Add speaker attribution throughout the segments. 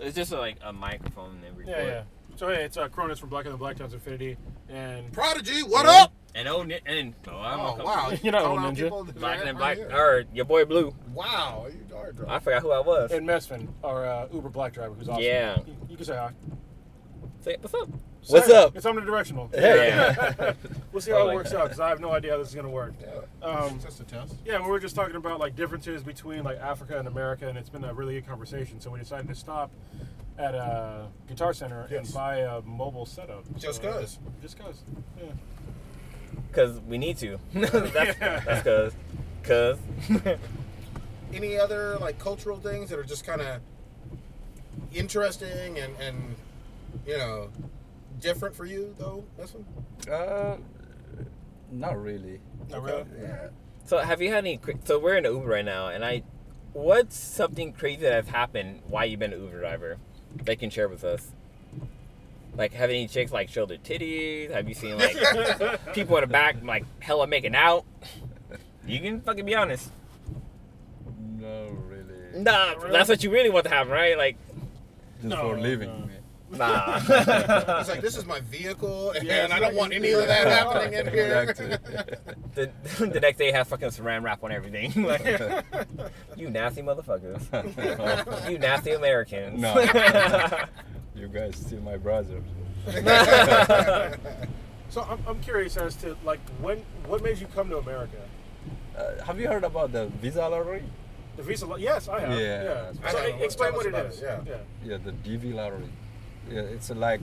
Speaker 1: It's just like a microphone that records.
Speaker 2: Yeah, yeah. So hey, it's uh, Cronus from Black and the Black Towns Infinity, and
Speaker 3: Prodigy, what up?
Speaker 1: And oh, ni- and oh, I'm a
Speaker 3: Oh
Speaker 1: couple-
Speaker 3: wow,
Speaker 2: You're not
Speaker 3: calling
Speaker 2: a
Speaker 3: out
Speaker 2: ninja.
Speaker 3: people that
Speaker 1: Black
Speaker 3: are
Speaker 1: and black,
Speaker 3: right here.
Speaker 1: or your boy Blue.
Speaker 3: Wow, you are drunk.
Speaker 1: I forgot who I was.
Speaker 2: and Mesfin, our uh, Uber black driver, who's awesome.
Speaker 1: Yeah.
Speaker 2: You, you can say hi.
Speaker 1: Say, what's up? What's
Speaker 2: Sorry,
Speaker 1: up?
Speaker 2: It's omnidirectional.
Speaker 1: Yeah.
Speaker 2: we'll see how
Speaker 1: I
Speaker 2: it
Speaker 1: like
Speaker 2: works
Speaker 1: that.
Speaker 2: out because I have no idea how this is gonna work.
Speaker 3: Yeah,
Speaker 2: Um,
Speaker 3: it's just a test.
Speaker 2: yeah, we were just talking about like differences between like Africa and America, and it's been a really good conversation. So we decided to stop at a Guitar Center
Speaker 3: Yes.
Speaker 2: and buy a mobile setup.
Speaker 3: Just
Speaker 2: So, uh,
Speaker 3: 'cause.
Speaker 2: Just cause. Yeah.
Speaker 1: Cause we need to. that's,
Speaker 2: Yeah.
Speaker 1: that's cause, cause.
Speaker 3: Any other like cultural things that are just kind of interesting and and you know different for you though? This one.
Speaker 4: Uh, not really.
Speaker 2: Not
Speaker 3: Okay.
Speaker 2: really.
Speaker 4: Yeah.
Speaker 1: So have you had any? cra- So we're in an Uber right now, and I, what's something crazy that has happened? Why you've been an Uber driver? They can share with us. Like, have any chicks like show their titties? Have you seen like people in the back like hella making out? You can fucking be honest.
Speaker 4: No, really.
Speaker 1: Nah,
Speaker 2: Really?
Speaker 1: that's what you really want to happen, right? Like,
Speaker 4: Just
Speaker 2: No,
Speaker 4: for leaving
Speaker 2: no.
Speaker 4: me.
Speaker 1: nah.
Speaker 3: It's like this is my vehicle, and,
Speaker 2: Yeah, it's
Speaker 3: I don't
Speaker 2: like-
Speaker 3: want any of that happening in here.
Speaker 4: Exactly.
Speaker 1: the, the next day, have fucking saran wrap on everything. like, you nasty motherfuckers. you nasty Americans.
Speaker 4: No. you guys still my brothers.
Speaker 2: So I'm, I'm curious as to like when what made you come to America?
Speaker 4: Uh, have you heard about the visa lottery?
Speaker 2: The visa. lo- Yes, I have.
Speaker 4: Yeah.
Speaker 2: Yeah.
Speaker 3: I
Speaker 2: So
Speaker 3: know.
Speaker 2: e- explain
Speaker 3: Tell
Speaker 2: what
Speaker 3: us
Speaker 2: it
Speaker 3: about
Speaker 2: is.
Speaker 3: it, yeah.
Speaker 4: Yeah, the DV lottery. Yeah, it's like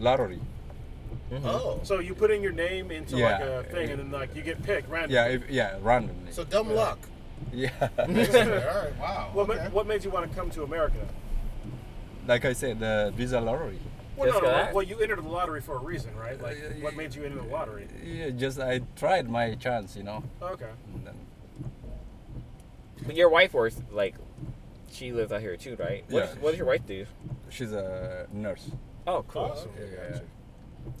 Speaker 4: lottery.
Speaker 3: oh, so,
Speaker 2: So you put in your name into like
Speaker 4: Yeah.
Speaker 2: a thing, and then like you get picked randomly.
Speaker 4: Yeah, if, yeah, randomly.
Speaker 3: so dumb luck.
Speaker 4: yeah,
Speaker 3: All right, wow.
Speaker 2: What, ma-
Speaker 3: okay.
Speaker 2: what made you want to come to America?
Speaker 4: like I said, the visa lottery.
Speaker 2: Well, no,
Speaker 1: Just
Speaker 2: no,
Speaker 1: got
Speaker 2: no.
Speaker 1: it.
Speaker 2: Well, you entered the lottery for a reason, right? Like,
Speaker 4: Uh,
Speaker 2: what made you enter the lottery?
Speaker 4: Yeah, just I tried my chance, you know.
Speaker 2: Okay.
Speaker 4: And then,
Speaker 1: But your wife works like she lives out here too, right? What,
Speaker 4: Yeah.
Speaker 1: what does your wife do?
Speaker 4: she's a nurse.
Speaker 1: Oh, cool.
Speaker 2: Awesome.
Speaker 4: Yeah, yeah,
Speaker 2: Gotcha.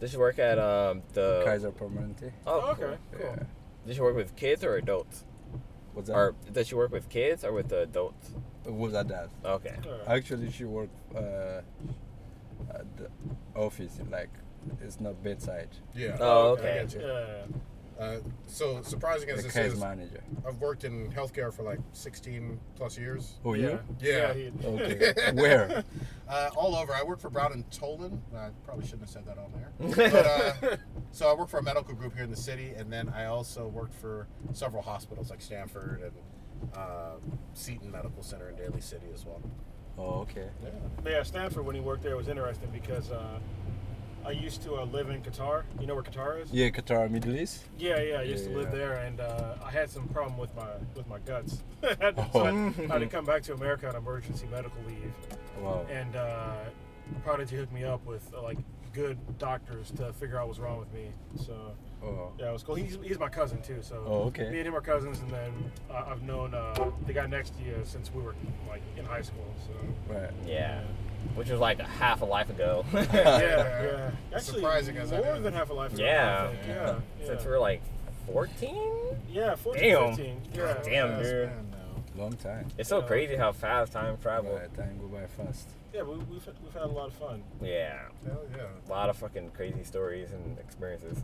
Speaker 1: Does she work at um the
Speaker 4: Kaiser Permanente.
Speaker 1: Oh,
Speaker 2: okay. Uh, Cool.
Speaker 4: Yeah.
Speaker 1: Does she work with kids or adults?
Speaker 4: What's that?
Speaker 1: Or does she work with kids or with the adults?
Speaker 4: What's that? that?
Speaker 1: Okay.
Speaker 2: Alright.
Speaker 4: Actually, she worked uh, at the office. Like, it's not bedside.
Speaker 3: Yeah.
Speaker 1: Oh,
Speaker 3: I
Speaker 1: okay.
Speaker 3: get you.
Speaker 2: Yeah.
Speaker 3: Uh, so surprising as
Speaker 4: The
Speaker 3: this
Speaker 4: case
Speaker 3: is,
Speaker 4: manager.
Speaker 3: I've worked in healthcare for like 16 plus years.
Speaker 4: Oh, you? Oh.
Speaker 2: Yeah.
Speaker 3: Yeah.
Speaker 2: he-
Speaker 4: Okay. Where?
Speaker 3: Uh, all over. I work for Brown and Tolan. I probably shouldn't have said that on there. But, uh, so I work for a medical group here in the city, and then I also worked for several hospitals like Stanford and uh, Seton Medical Center in Daly City as well.
Speaker 4: Oh, okay.
Speaker 3: Yeah.
Speaker 2: yeah. Stanford, when he worked there, was interesting because uh, I used to uh, live in Qatar. You know where Qatar is?
Speaker 4: Yeah, Qatar, Middle East.
Speaker 2: Yeah, yeah, I used
Speaker 4: Yeah,
Speaker 2: to live
Speaker 4: yeah.
Speaker 2: there, and uh, I had some problem with my with my guts. so
Speaker 4: Oh.
Speaker 2: I, I had to come back to America on emergency medical leave,
Speaker 4: Wow.
Speaker 2: and uh, Prodigy hooked me up with uh, like good doctors to figure out what's wrong with me. So
Speaker 4: Oh.
Speaker 2: yeah, it was cool. He's, he's my cousin too, so
Speaker 4: Oh, okay.
Speaker 2: me and him are cousins, and then I I've known uh, the guy next to you since we were like in high school. So
Speaker 4: Right.
Speaker 1: Yeah. Which was like a half a life ago.
Speaker 2: yeah, yeah, actually
Speaker 3: Surprising as I
Speaker 2: more
Speaker 3: knew.
Speaker 2: than half a lifetime.
Speaker 1: Yeah.
Speaker 2: I think. yeah, yeah.
Speaker 1: Since we are like 14.
Speaker 2: yeah, 14,
Speaker 1: Damn.
Speaker 2: 15. Yeah.
Speaker 1: Damn,
Speaker 3: Yes,
Speaker 1: dude.
Speaker 3: man, no.
Speaker 4: Long time.
Speaker 1: It's so
Speaker 2: Yeah.
Speaker 1: crazy how fast time travel.
Speaker 4: Right, time go by fast.
Speaker 2: Yeah, we, we've, had- we've had a lot of fun.
Speaker 1: Yeah.
Speaker 3: Hell yeah.
Speaker 1: A lot of fucking crazy stories and experiences.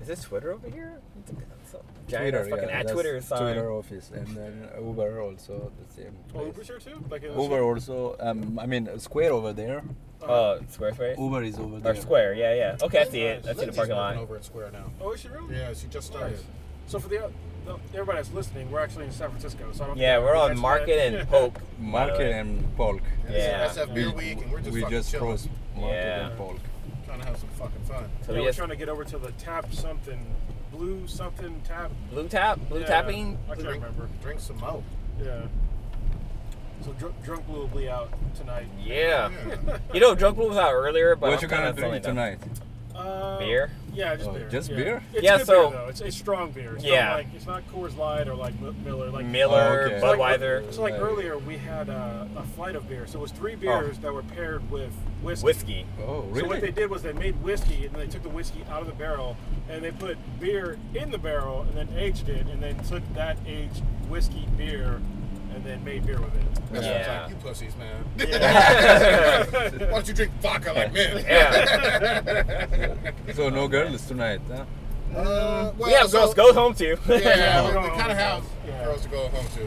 Speaker 1: Is this Twitter over here? I think that's a giant ass fucking at
Speaker 4: that's
Speaker 1: Twitter sign.
Speaker 4: Twitter office, and then Uber also the same.
Speaker 2: Oh,
Speaker 4: Place.
Speaker 2: Uber's here too? Like in the
Speaker 4: Uber also. Um, I mean, Square over there.
Speaker 2: Uh,
Speaker 1: Oh, Squarespace?
Speaker 4: Uber is over there.
Speaker 1: Or Square, yeah, yeah. Okay, I see it. I see the
Speaker 3: Lindsay's
Speaker 1: parking
Speaker 3: working
Speaker 1: lot.
Speaker 3: over at Square now.
Speaker 2: Oh, is she really?
Speaker 3: Yeah, she just started.
Speaker 2: Nice. So for the, uh, the everybody that's listening, we're actually in San Francisco. So I don't
Speaker 1: Yeah,
Speaker 2: think
Speaker 1: we're
Speaker 2: we
Speaker 1: on
Speaker 2: mentioned
Speaker 1: Market
Speaker 2: that.
Speaker 1: and Polk.
Speaker 4: Market and Polk.
Speaker 1: Yeah.
Speaker 3: It's SF Beer Week, and we're just
Speaker 4: we
Speaker 3: fucking
Speaker 4: just
Speaker 3: chilling,
Speaker 4: crossed Market
Speaker 1: Yeah.
Speaker 4: and Polk.
Speaker 3: trying to have some fucking fun.
Speaker 1: So
Speaker 2: yeah,
Speaker 1: we
Speaker 2: we're
Speaker 1: just
Speaker 2: trying to get over to the tap something, blue something tap.
Speaker 1: blue tap, blue
Speaker 2: Yeah,
Speaker 1: tapping.
Speaker 2: I can't
Speaker 3: drink,
Speaker 2: remember.
Speaker 3: Drink some mo.
Speaker 2: Yeah. So dr- drunk blue will be out tonight.
Speaker 1: Yeah.
Speaker 3: Yeah.
Speaker 1: You know, Drunk Blue was out earlier, but
Speaker 4: what
Speaker 1: I'm
Speaker 4: you gonna
Speaker 1: kinda feeling
Speaker 4: drink
Speaker 1: that-
Speaker 4: tonight?
Speaker 2: Uh,
Speaker 1: Beer?
Speaker 2: Yeah, just
Speaker 4: Oh,
Speaker 2: beer.
Speaker 4: just
Speaker 2: yeah.
Speaker 4: beer?
Speaker 2: It's
Speaker 1: Yeah,
Speaker 2: good
Speaker 1: so-
Speaker 2: beer, though. It's, it's strong beer. It's
Speaker 1: Yeah.
Speaker 2: Not like, it's not Coors Light or like Mi- Miller. Like
Speaker 1: Miller,
Speaker 4: Okay.
Speaker 2: So like-
Speaker 1: Budweiser,
Speaker 2: So like
Speaker 4: Right.
Speaker 2: earlier, we had a, a flight of beer. So it was three beers that were paired with whiskey.
Speaker 1: whiskey.
Speaker 4: Oh, really?
Speaker 2: So what they did was they made whiskey and they took the whiskey out of the barrel and they put beer in the barrel and then aged it and then took that aged whiskey beer and then made beer with it.
Speaker 3: That's what
Speaker 1: Yeah.
Speaker 3: I'm like, you pussies, man.
Speaker 1: Yeah.
Speaker 3: Why don't you drink vodka like men?
Speaker 4: So no girls tonight, huh?
Speaker 3: Uh, well,
Speaker 1: yeah,
Speaker 3: so-
Speaker 1: girls, go home too.
Speaker 3: Yeah, we,
Speaker 2: Go
Speaker 3: kind of have
Speaker 2: home. Yeah.
Speaker 3: girls to go home to.
Speaker 2: Yeah.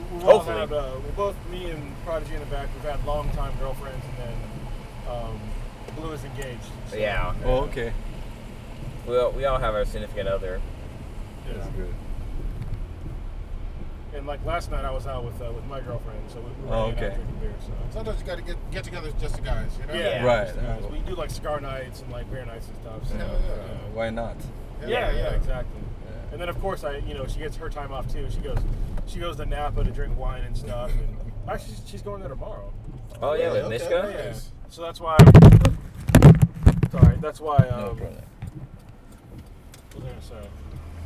Speaker 2: We- We've
Speaker 1: Hopefully.
Speaker 2: all had, uh, we both, me and Prodigy in the back, we've had long time girlfriends, and then um, Blue is engaged. so-
Speaker 1: Yeah.
Speaker 4: Oh, okay.
Speaker 1: we, all, we all have our significant other.
Speaker 2: Yeah.
Speaker 4: good.
Speaker 2: And like last night, I was out with uh, with my girlfriend, so we we were
Speaker 4: Oh,
Speaker 2: hanging out
Speaker 4: okay.
Speaker 2: drinking beer. So.
Speaker 3: Sometimes you got to get get together as just the guys, you know?
Speaker 1: Yeah.
Speaker 4: Right.
Speaker 2: just the guys. We do like cigar nights and like beer nights and stuff. So,
Speaker 3: Yeah.
Speaker 2: yeah.
Speaker 4: Uh, Why not?
Speaker 2: Yeah, yeah, exactly.
Speaker 4: Yeah.
Speaker 2: And then of course I, you know, she gets her time off too. She goes, she goes to Napa to drink wine and stuff. And actually, she's- she's going there tomorrow.
Speaker 1: Oh yeah, with
Speaker 3: Okay,
Speaker 1: Mishka.
Speaker 3: yeah. Nice.
Speaker 2: So that's why. Sorry, that's why.
Speaker 4: No
Speaker 2: Um,
Speaker 4: problem.
Speaker 2: what was I gonna say?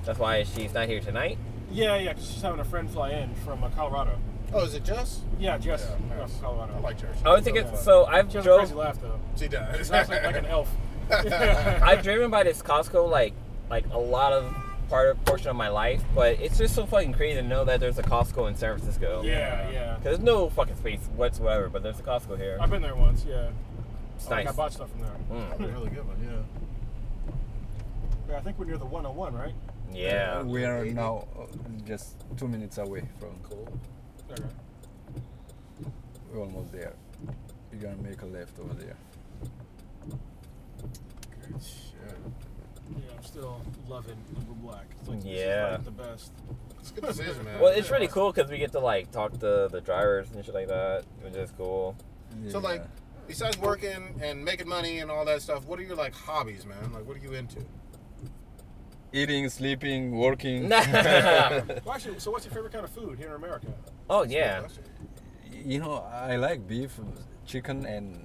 Speaker 1: That's why she's not here tonight.
Speaker 2: Yeah, yeah. 'cause she's having a friend fly in from uh, Colorado.
Speaker 3: Oh, is it Jess?
Speaker 2: Yeah, Jess
Speaker 3: Yeah,
Speaker 2: uh,
Speaker 3: nice.
Speaker 2: from Colorado.
Speaker 3: I like Jess.
Speaker 1: I was thinking. So I've
Speaker 2: She has a
Speaker 1: drove.
Speaker 2: crazy laugh though.
Speaker 3: She does.
Speaker 2: She laughs like, like an elf.
Speaker 1: I've driven by this Costco like like a lot of part portion of my life, but it's just so fucking crazy to know that there's a Costco in San Francisco.
Speaker 2: Yeah, yeah.
Speaker 1: Cause there's no fucking space whatsoever, but there's a Costco here.
Speaker 2: I've been there once. Yeah.
Speaker 1: It's
Speaker 2: I think I
Speaker 1: nice.
Speaker 2: bought stuff from there.
Speaker 1: Mm.
Speaker 3: really good one, yeah.
Speaker 2: Yeah, I think we're near the 101, right?
Speaker 1: Yeah.
Speaker 4: We are now uh, just two minutes away from.
Speaker 3: Cool.
Speaker 2: Okay.
Speaker 4: We're almost there. We're gonna make a left over there.
Speaker 3: Good shit.
Speaker 2: Yeah, I'm still loving Uber Black. It's like,
Speaker 1: Yeah.
Speaker 2: This is like the best.
Speaker 3: It's a good decision, man.
Speaker 1: Well, it's really cool because we get to like talk to the drivers and shit like that, which is cool.
Speaker 3: So, like, besides working and making money and all that stuff, what are your like hobbies, man? Like, what are you into?
Speaker 4: eating, sleeping, working.
Speaker 2: Well, actually, so what's your favorite kind of food here in America?
Speaker 1: oh yeah.
Speaker 4: you know, I like beef, chicken, and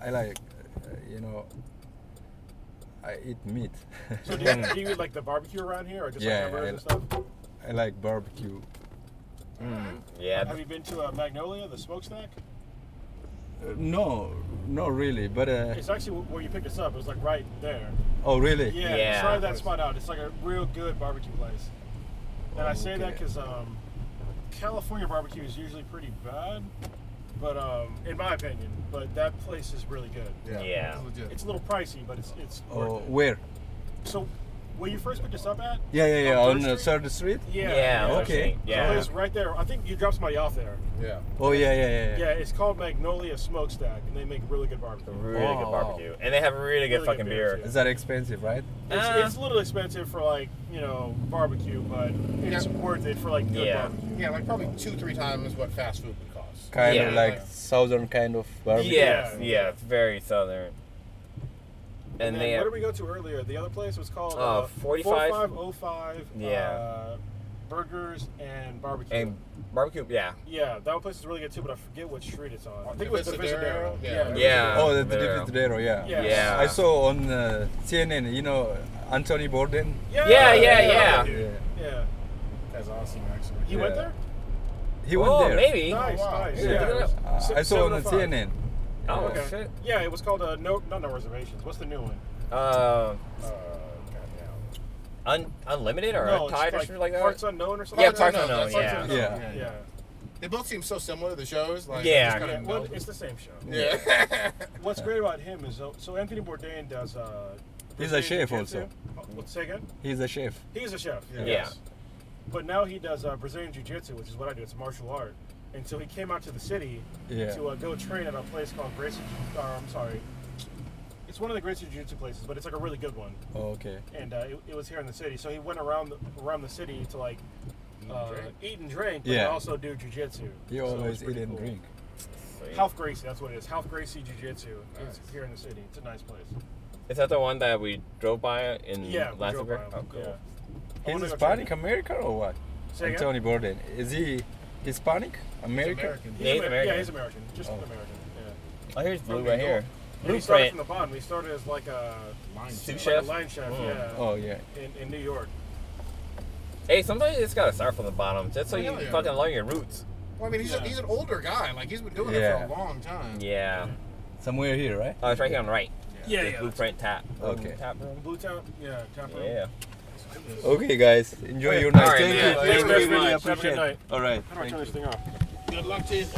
Speaker 4: I like, uh, you know, I eat meat.
Speaker 2: So do
Speaker 1: Mm.
Speaker 2: you, do you eat like the barbecue around here, or just like
Speaker 4: Yeah,
Speaker 2: hamburgers
Speaker 4: I-
Speaker 2: and stuff?
Speaker 4: I like barbecue.
Speaker 1: Mm, yeah.
Speaker 2: Have you been to uh, Magnolia, the smokestack?
Speaker 4: Uh, no, not really, but uh,
Speaker 2: It's actually where you picked us up. It was like right there.
Speaker 4: oh really?
Speaker 2: Yeah,
Speaker 1: Yeah.
Speaker 2: try that spot out. It's like a real good barbecue place. And I say that
Speaker 4: Okay.
Speaker 2: because um, California barbecue is usually pretty bad, but um, in my opinion, but that place is really good.
Speaker 1: Yeah.
Speaker 3: It's legit.
Speaker 2: It's a little pricey, but it's it's
Speaker 4: Oh,
Speaker 2: worth it.
Speaker 4: where?
Speaker 2: So, where you first picked us up at?
Speaker 4: Yeah, yeah, yeah.
Speaker 2: On
Speaker 4: On uh,
Speaker 2: Third Street?
Speaker 4: Third Street.
Speaker 2: Yeah.
Speaker 1: Yeah,
Speaker 4: okay.
Speaker 2: it's-
Speaker 1: Yeah.
Speaker 2: It's right there. I think you dropped somebody off there.
Speaker 3: yeah.
Speaker 4: Oh yeah, yeah, yeah.
Speaker 2: Yeah, it's called Magnolia Smokestack, and they make really good barbecue.
Speaker 1: Really
Speaker 4: Wow,
Speaker 1: good
Speaker 4: wow.
Speaker 1: barbecue, and they have really good
Speaker 2: Really good
Speaker 1: fucking
Speaker 2: beer,
Speaker 1: beer.
Speaker 4: Is that expensive, right?
Speaker 2: It's,
Speaker 1: Ah.
Speaker 2: it's a little expensive for like you know barbecue, but it's
Speaker 3: Yeah.
Speaker 2: worth it for like good
Speaker 1: Yeah.
Speaker 2: barbecue.
Speaker 3: Yeah, like probably two, three times what fast food would cost.
Speaker 4: Kind
Speaker 1: Yeah.
Speaker 4: of like southern kind of barbecue.
Speaker 1: Yes,
Speaker 2: Yeah.
Speaker 1: yeah, it's very southern. And,
Speaker 2: And, then
Speaker 1: they
Speaker 2: what did we go to earlier? The other place was called
Speaker 1: Uh, 45?
Speaker 2: 4505.
Speaker 1: Yeah.
Speaker 2: Uh, burgers and barbecue.
Speaker 1: and barbecue, yeah,
Speaker 2: yeah, that place is really good too, but I forget what street it's on. I think it was the
Speaker 3: Visadero?
Speaker 2: Visadero.
Speaker 3: Yeah.
Speaker 1: Yeah.
Speaker 4: Oh, the, the
Speaker 1: Video.
Speaker 4: Dividendero, yeah.
Speaker 2: Yeah.
Speaker 1: yeah,
Speaker 4: I saw on uh, CNN, you know, Anthony Borden.
Speaker 2: Yeah.
Speaker 1: Yeah, yeah,
Speaker 2: Yeah.
Speaker 4: yeah.
Speaker 2: yeah.
Speaker 3: That's awesome, actually.
Speaker 2: You went
Speaker 4: Yeah.
Speaker 2: there?
Speaker 4: He went
Speaker 1: Oh,
Speaker 4: there.
Speaker 1: maybe.
Speaker 2: Nice,
Speaker 3: wow.
Speaker 2: nice.
Speaker 1: Yeah. Look it
Speaker 2: Yeah.
Speaker 1: up.
Speaker 4: Uh,
Speaker 2: Se-
Speaker 4: I saw on the
Speaker 2: 705.
Speaker 4: CNN.
Speaker 1: Oh
Speaker 2: Okay.
Speaker 1: shit.
Speaker 2: Yeah, it was called uh, no, not no reservations. What's the new one?
Speaker 1: Uh,
Speaker 3: Uh, goddamn.
Speaker 1: un- unlimited or
Speaker 2: no,
Speaker 1: untied or
Speaker 2: it's
Speaker 1: something like that.
Speaker 2: Parts unknown or something.
Speaker 1: Yeah,
Speaker 2: like
Speaker 1: Parts
Speaker 2: that?
Speaker 1: Unknown,
Speaker 3: that's what I'm
Speaker 1: yeah.
Speaker 3: saying.
Speaker 4: Yeah.
Speaker 2: Yeah. yeah.
Speaker 3: They both seem so similar. The shows, like,
Speaker 1: Yeah.
Speaker 3: just kinda
Speaker 2: well,
Speaker 3: meld-
Speaker 2: it's the same show.
Speaker 3: yeah.
Speaker 2: What's great about him is uh, so Anthony Bourdain does. Uh,
Speaker 4: He's a
Speaker 2: Brazilian
Speaker 4: chef
Speaker 2: jiu-jitsu.
Speaker 4: also.
Speaker 2: Oh, What's say again?
Speaker 4: He's a chef.
Speaker 2: He is a chef.
Speaker 3: Yeah.
Speaker 2: Yes. But now he does uh, Brazilian jiu-jitsu, which is what I do. It's martial art. And so he came out to the city
Speaker 4: Yeah.
Speaker 2: to uh, go train at a place called Gracie. Or, I'm sorry. It's one of the Gracie Jiu-Jitsu places, but it's like a really good one.
Speaker 4: Oh, okay.
Speaker 2: and uh, it, it was here in the city. So he went around the, around the city to like uh,
Speaker 3: drink.
Speaker 2: eat and drink, but
Speaker 4: Yeah.
Speaker 2: also do jujitsu.
Speaker 4: He
Speaker 2: So it's
Speaker 4: always eat
Speaker 2: pretty
Speaker 4: and
Speaker 2: cool.
Speaker 4: drink.
Speaker 1: Sweet.
Speaker 2: Half Gracie, that's what it is. Half Gracie Jiu-Jitsu. It's
Speaker 3: Nice.
Speaker 2: here in the city. It's a nice place.
Speaker 1: Mm, Is that the one that we drove by in
Speaker 2: Yeah, we
Speaker 1: last
Speaker 2: drove
Speaker 1: year?
Speaker 2: by 'em.
Speaker 1: Oh, cool.
Speaker 2: Yeah. I
Speaker 4: He's
Speaker 2: wanna go try
Speaker 4: Hispanic
Speaker 2: it.
Speaker 4: American or what?
Speaker 2: Say again?
Speaker 4: Anthony Borden. Is he Hispanic American?
Speaker 3: American.
Speaker 2: He's
Speaker 1: Native
Speaker 2: Amer-
Speaker 1: American.
Speaker 2: Yeah, he's American. Just
Speaker 4: Oh.
Speaker 2: an American. Yeah.
Speaker 1: Oh, here's blue
Speaker 2: From
Speaker 1: right
Speaker 2: New
Speaker 1: here.
Speaker 2: York. And he started
Speaker 1: Blueprint.
Speaker 2: from the bottom. He started as like a
Speaker 3: Line
Speaker 1: Sous
Speaker 3: shit.
Speaker 2: like a
Speaker 1: Chef?
Speaker 2: line chef.
Speaker 1: Mm.
Speaker 2: Yeah.
Speaker 4: Oh yeah.
Speaker 2: In, in New York.
Speaker 1: Hey, sometimes you just gotta start from the bottom, just so
Speaker 2: Oh,
Speaker 1: you
Speaker 3: Hell yeah.
Speaker 1: fucking learn your roots.
Speaker 3: Well, I mean, he's, a,
Speaker 2: Yeah.
Speaker 3: he's an older guy. Like, he's been doing it
Speaker 4: Yeah.
Speaker 3: for a long time.
Speaker 1: Yeah.
Speaker 4: Somewhere here, right?
Speaker 1: Oh, it's right here on the right.
Speaker 2: Yeah,
Speaker 1: This Blueprint tap.
Speaker 4: Okay.
Speaker 1: Tap room.
Speaker 2: Blue Town. Yeah. Tap Room.
Speaker 1: Yeah.
Speaker 4: Okay, guys, enjoy your
Speaker 1: All
Speaker 4: night.
Speaker 1: right, man.
Speaker 4: Thank you.
Speaker 1: Thank you
Speaker 4: Thank
Speaker 1: very
Speaker 4: you.
Speaker 1: much.
Speaker 2: Have a good night.
Speaker 4: All right.
Speaker 2: How do I
Speaker 4: thank
Speaker 2: turn
Speaker 4: you.
Speaker 2: this thing off?
Speaker 3: Good luck to you.